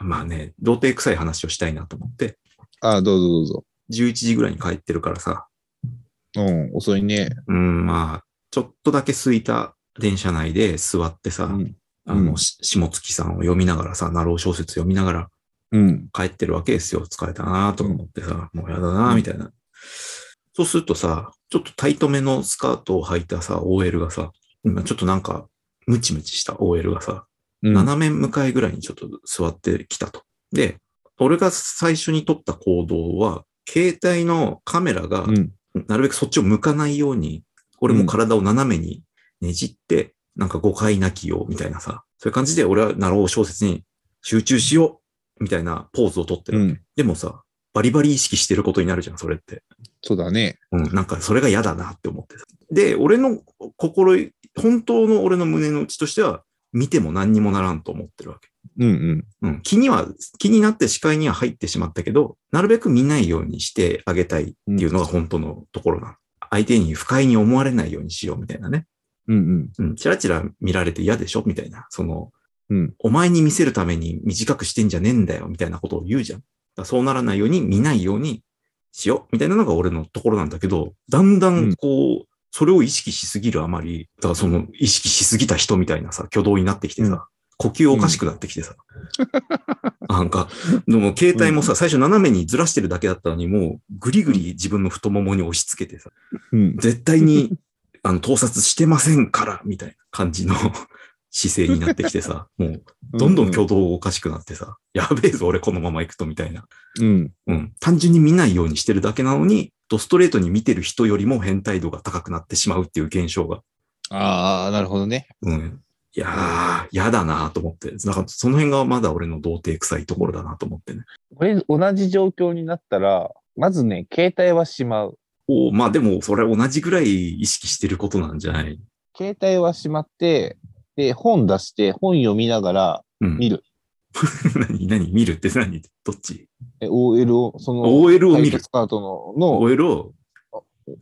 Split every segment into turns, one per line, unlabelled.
まあね、童貞臭い話をしたいなと思って、
ああ、どうぞどうぞ。
11時ぐらいに帰ってるからさ、
うん、遅いね。
うん、まあ、ちょっとだけ空いた電車内で座ってさ、
うん。
あの、
うん
し下月さんを読みながらさ、ナロー小説読みながら
うん。
帰ってるわけですよ。疲れたなとか思ってさ、もうやだなみたいな。そうするとさ、ちょっとタイトめのスカートを履いたさ、OL がさ、今ちょっとなんか、ムチムチした OL がさ、
うん。
斜め向かいぐらいにちょっと座ってきたと。で、俺が最初に取った行動は、携帯のカメラが
うん。
なるべくそっちを向かないように、俺も体を斜めにねじって、なんか誤解なきようみたいなさ、そういう感じで俺はナロー小説に集中しようみたいなポーズをとってる。
うん。
でもさ、バリバリ意識してることになるじゃん、それって。
そうだね。
うん、なんかそれが嫌だなって思ってさで、俺の心い、本当の俺の胸の内としては、見ても何にもならんと思ってるわけ。
うんうん。
うん、気には、気になって視界には入ってしまったけど、なるべく見ないようにしてあげたいっていうのが本当のところなの。相手に不快に思われないようにしようみたいなね。
うん
うん、チラチラ見られて嫌でしょみたいな。その、
うん
お前に見せるために短くしてんじゃねえんだよみたいなことを言うじゃん。だからそうならないように見ないようにしようみたいなのが俺のところなんだけど、だんだんこう、それを意識しすぎるあまり、だからその意識しすぎた人みたいなさ、挙動になってきてさ、
うん
呼吸おかしくなってきてさ。なんか、でも携帯もさ、最初斜めにずらしてるだけだったのに、もうぐりぐり自分の太ももに押し付けてさ、
うん。うん。
絶対に あの盗撮してませんから、みたいな感じの 姿勢になってきて さ、もうどんどん挙動おかしくなってさ、やべえぞ、俺このまま行くと、みたいな。
うん。
うん。単純に見ないようにしてるだけなのに、ドストレートに見てる人よりも変態度が高くなってしまうっていう現象が。
ああ、なるほどね。
うん。いやー、嫌だなと思って。なんかその辺がまだ俺の童貞臭いところだなと思ってね。
俺、同じ状況になったら、まずね、携帯はしまう。
おーまあでも、それ同じぐらい意識してることなんじゃない
携帯はしまって、で、本出して、本読みながら、
うん。
見る。
何何見るって何どっち
え OL を、その、
?OL を
タ
見
イ
る
ト。スカートの、の、
OL を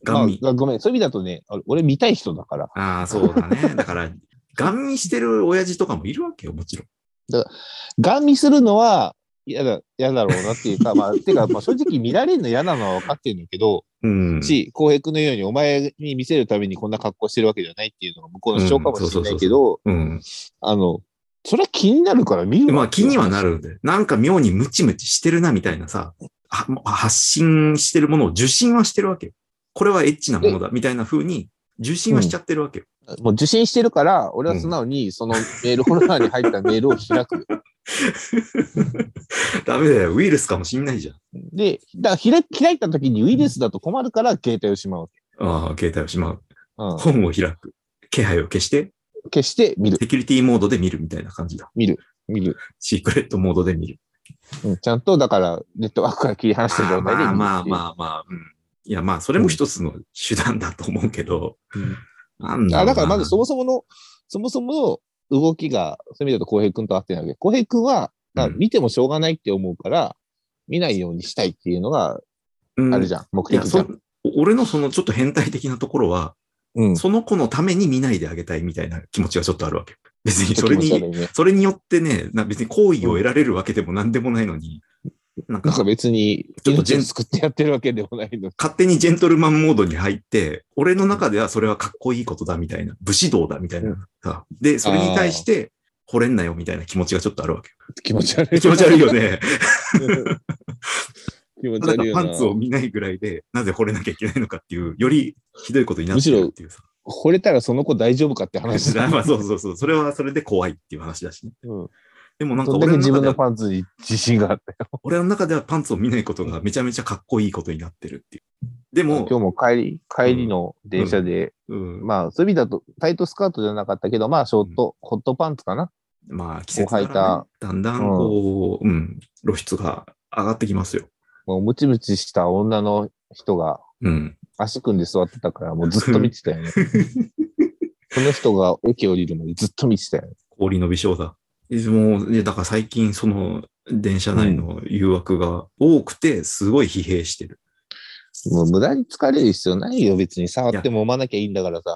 ガン見。
まあごめん、そういう意味だとね、あ俺見たい人だから。
ああ、そうだ ね。だから、ガン見してる親父とかもいるわけよ、もちろん。
ガン見するのは嫌だ、嫌だろうなっていうか、まあ、 てか、まあ、正直見られるの嫌なのは分かってるんだけど、
うん。
し、浩平君のようにお前に見せるためにこんな格好してるわけじゃないっていうのが向こうの主張かもしれないけど、
うん。
あの、それは気になるから見るわ
まあ気にはなるんで、なんか妙にムチムチしてるなみたいなさ、は発信してるものを受信はしてるわけよ。これはエッチなものだみたいな風に受信はしちゃってるわけよ。
もう受信してるから、俺は素直にそのメールフォルダーに入ったメールを開 く。
ダメだよ、ウイルスかもしんないじゃん。
で、だから開開いた時にウイルスだと困るから携帯をしまうわけ。
ああ、携帯をしまう。
うん、
本を開く。気配を消して、
消して見る、
セキュリティモードで見るみたいな感じだ。
見る。
シークレットモードで見る。
うん、ちゃんと、だから、ネットワークから切り離した状態で見
まあ
るっていう。
まあまあまあ、うん。いやまあ、それも一つの手段だと思うけど、なんだろ
あ
うな
だからまずそもそもの、そもそもの動きが、そういう意味だと浩平君と合ってないわけ。浩平君は、だから見てもしょうがないって思うから、見ないようにしたいっていうのが
うん
あるじゃん、目
いや
的じゃ
そ
ん。
俺のそのちょっと変態的なところは、
うん。
その子のために見ないであげたいみたいな気持ちがちょっとあるわけ。別にそれ
気持ち
に、
悪いね。
それによってね、な別に好意を得られるわけでも何でもないのに、なん
なん
か
か別に、
ちょっと
命
ジェン
を救ってやってるわけでもないのに。
勝手にジェントルマンモードに入って、俺の中ではそれはかっこいいことだみたいな、武士道だみたいなさ。で、それに対して、惚れんなよみたいな気持ちがちょっとあるわ け。
気持ち悪 い。
気持ち悪いよね。
気持ち
ただ
悪いよ
パ
な。
ンツを見 ないぐらいで、なぜ惚れなきゃいけないのかっていう、よりひどいことになってるっていうさ。
惚れたらその子大丈夫かって 話だ。
まあそうそうそう。それはそれで怖いっていう話だしね。
うん。
でもなんか
どんだ
俺の
け自
中
分
で
の
は、
パンツに自信があって。
俺の中ではパンツを見ないことがめちゃめちゃかっこいいことになってるっていう。で
今
も
日、も帰り、帰りの電車で、
うん、
まあ、そういう意味だと、タイトスカートじゃなかったけど、まあ、ショート、ホットパンツかな。
まあ季節だから
こ
ね、だんだんこう、うん、露出が上がってきますよ。
もうムチムチした女の人が
うん。
足組んで座ってたから、もうずっと見てた よね。その人が駅降りるまでずっと見てたよね。
氷の微笑だ。でもう、いやだから最近その電車内の誘惑が多くて、すごい疲弊してる。
もう無駄に疲れる必要ないよ、別に。触っても揉まなきゃいいんだからさ。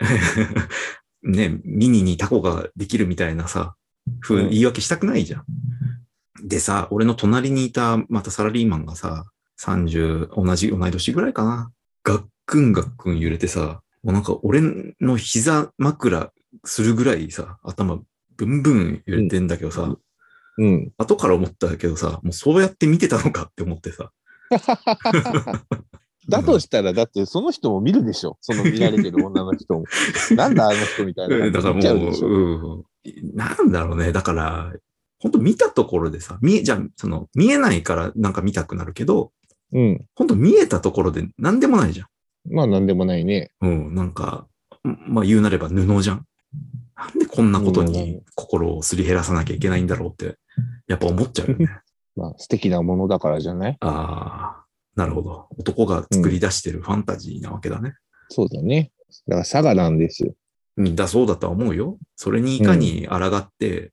ね、ミニにタコができるみたいなさ、ふう
うん
言い訳したくないじゃん。でさ、俺の隣にいた、またサラリーマンがさ、30、同じ、同い年ぐらいかな。がっくんがっくん揺れてさ、もうなんか俺の膝枕するぐらいさ、頭ブンブン揺れてんだけどさ、
うん。
後から思ったけどさ、もうそうやって見てたのかって思ってさ。
だとしたら、だってその人も見るでしょ。その見られてる女の人 も。なんだあの人みたいな。
うんだから
見ちゃ
も
でし
う、
ょ
うん、なんだろうね。だから、本当見たところでさ、見え、じゃあ、その、見えないからなんか見たくなるけど、
うん。
本当見えたところで何でもないじゃん。
まあなんでもないね。
うん、なんか、んまあ言うなれば布じゃん。なんでこんなことに心をすり減らさなきゃいけないんだろうって、やっぱ思っちゃうよ ね。
まあ素敵なものだからじゃない
ああ、なるほど。男が作り出してるファンタジーなわけだね。
そうだね。だから佐賀なんですよ。
うん、だそうだとは思うよ。それにいかに抗って、
うん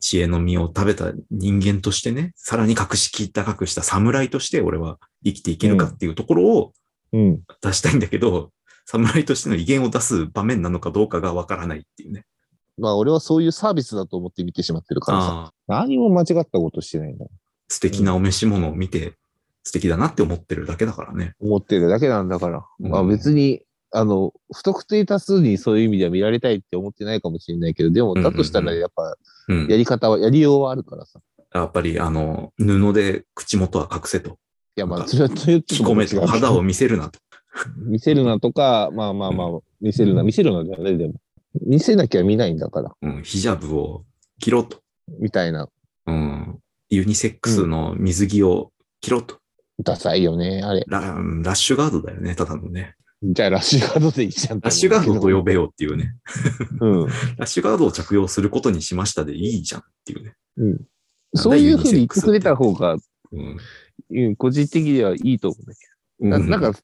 知恵の実を食べた人間としてね、さらに隠し切った隠した侍として俺は生きていけるかっていうところを
うん。
出したいんだけど、侍としての威厳を出す場面なのかどうかがわからないっていうね。
まあ俺はそういうサービスだと思って見てしまってるからさ。
ああ、
何も間違ったことしてないんだ。
素敵なお召し物を見て素敵だなって思ってるだけだからね。
思ってるだけなんだから。
うん
まあ別に、あの、不特定多数にそういう意味では見られたいって思ってないかもしれないけど、でも
んうんう
だ
ん
としたらやっぱ
うん
や。り方は、やりようはあるからさ。
やっぱりあの、布で口元は隠せと。
いやま
なん
あ
か
それはちょっと
着込めと。肌を見せるなと。
見せるなとか、まあまあまあ、見せるな、見せるなじゃない、でも。見せなきゃ見ないんだから、
うん、ヒジャブを着ろと。
みたいな。
うん、ユニセックスの水着を着ろと。
ダサいよね、あれ。
ララッシュガードだよね、ただのね。
じゃあラッシュガードでいいじゃん。
ラッシュガードと呼べよっていうね。
うん。
ラッシュガードを着用することにしましたでいいじゃんっていうね。
そういうふうに言ってくれた方が、
うん
うん個人的にはいいと思うね。
う。
なんなんか、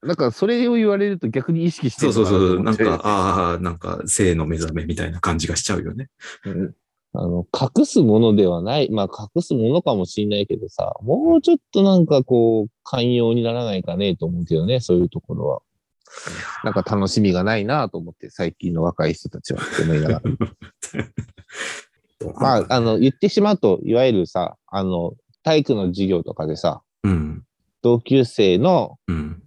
なんかそれを言われると逆に意識して
そう
る
そうそう。なん
の
か、
か
ああ、なんか、性の目覚めみたいな感じがしちゃうよね。
なと思っちゃうよねあの、隠すものではない。まあ、隠すものかもしれないけどさ、もうちょっとなんかこう、寛容にならないかねと思うけどね、そういうところは。なんか楽しみがないなと思って、最近の若い人たちはって思いなが ら。
どう
ま
なん
あ、
だ
あの、言ってしまうと、いわゆるさ、あの、体育の授業とかでさ、
うん。
同級生の、
うん。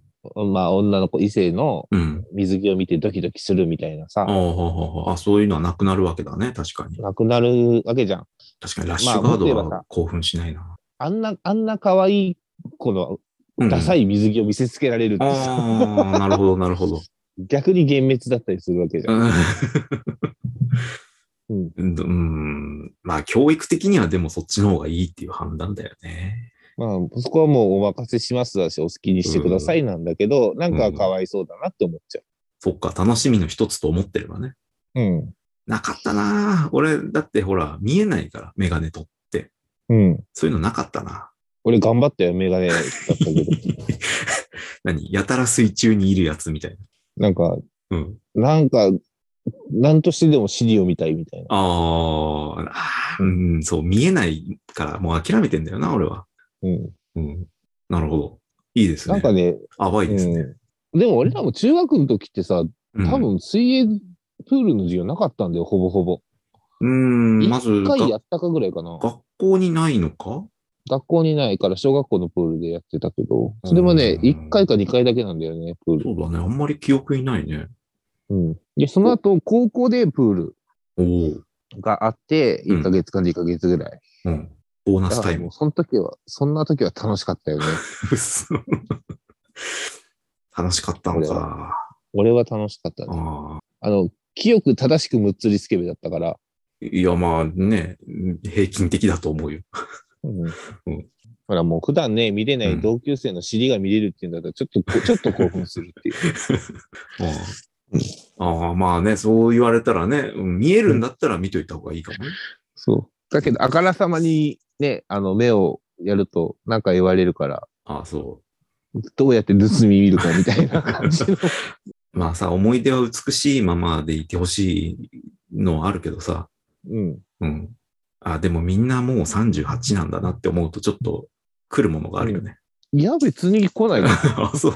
まあ、女の子、異性の
うん。
水着を見てドキドキするみたいな
あ
さ、
ああ、そういうのはなくなるわけだね。確かに。
なくなるわけじゃん。
確かに、ラッシュガード
まあもっと言えば
は
さ
興奮しないな。
あんな、あんな可愛い子の
うん
ダサい水着を見せつけられるってさ、
ああ、なるほど、なるほど。
逆に幻滅だったりするわけじゃん。
うん、うんまあ、教育的にはでもそっちの方がいいっていう判断だよね。
まあ、そこはもうお任せしますだし、お好きにしてくださいなんだけど、なんか可哀想だなって思っちゃ
そっか、楽しみの一つと思ってればね。
う。うん。
なかったなあ俺、だってほら、見えないから、メガネと。
うん。
そういうのなかったな。
俺頑張ったよ、メガネだったけ ど。
何やたら水中にいるやつみたい
なんか、
な。うん。
なんか、なんとしてでもシリを見たいみたいな。
あーあー、うん、そう、見えないから、もう諦めてんだよな、俺は。
うん。
うん。なるほど。いいです
な
ね。
んかね、
淡いですね。
うん。でも俺らも中学の時ってさ、
うん
多分水泳プールの授業なかったんだよ、ほぼほぼ。
うん、まず
一回や
が、
ったかぐらいかな。
学校にないのか
学校にないから小学校のプールでやってたけど、それもね、
うん
一回か二回だけなんだよね、プール。
そうだね。あんまり記憶にないね。
うん。で、その後、高校でプール
おお。
があって、
うん
1ヶ月か2ヶ月ぐらい。
うん。ボーナ
だ
ス
か
タ
ら
イ
も
ム
う。その時は、そんな時は楽しかったよ ね。
楽しかったのか。
俺は楽しかったね。
ああ。
あの、清く正しくむっつりスケベだったから、
いや、まあね、平均的だと思うよ。
うん
うん
ほらもう普段ね、見れな
うん
い同級生の尻が見れるっていうんだったら、ちょっとこ、ちょっと興奮するっていう。
ああああ、まあね、そう言われたらね、うん見えるんだったら見といた方がいいかもね。
そう。だけど、あからさまにね、あの、目をやると、なんか言われるから、
ああ、そ
どうやって盗み見るかみたいな感じの。
う。まあさ、思い出は美しいままでいてほしいのはあるけどさ、
うん。
うん。ああ、でもみんなもう38なんだなって思うと、ちょっと来るものがあるよね。
いや、別に来ないよ。
あ、そう。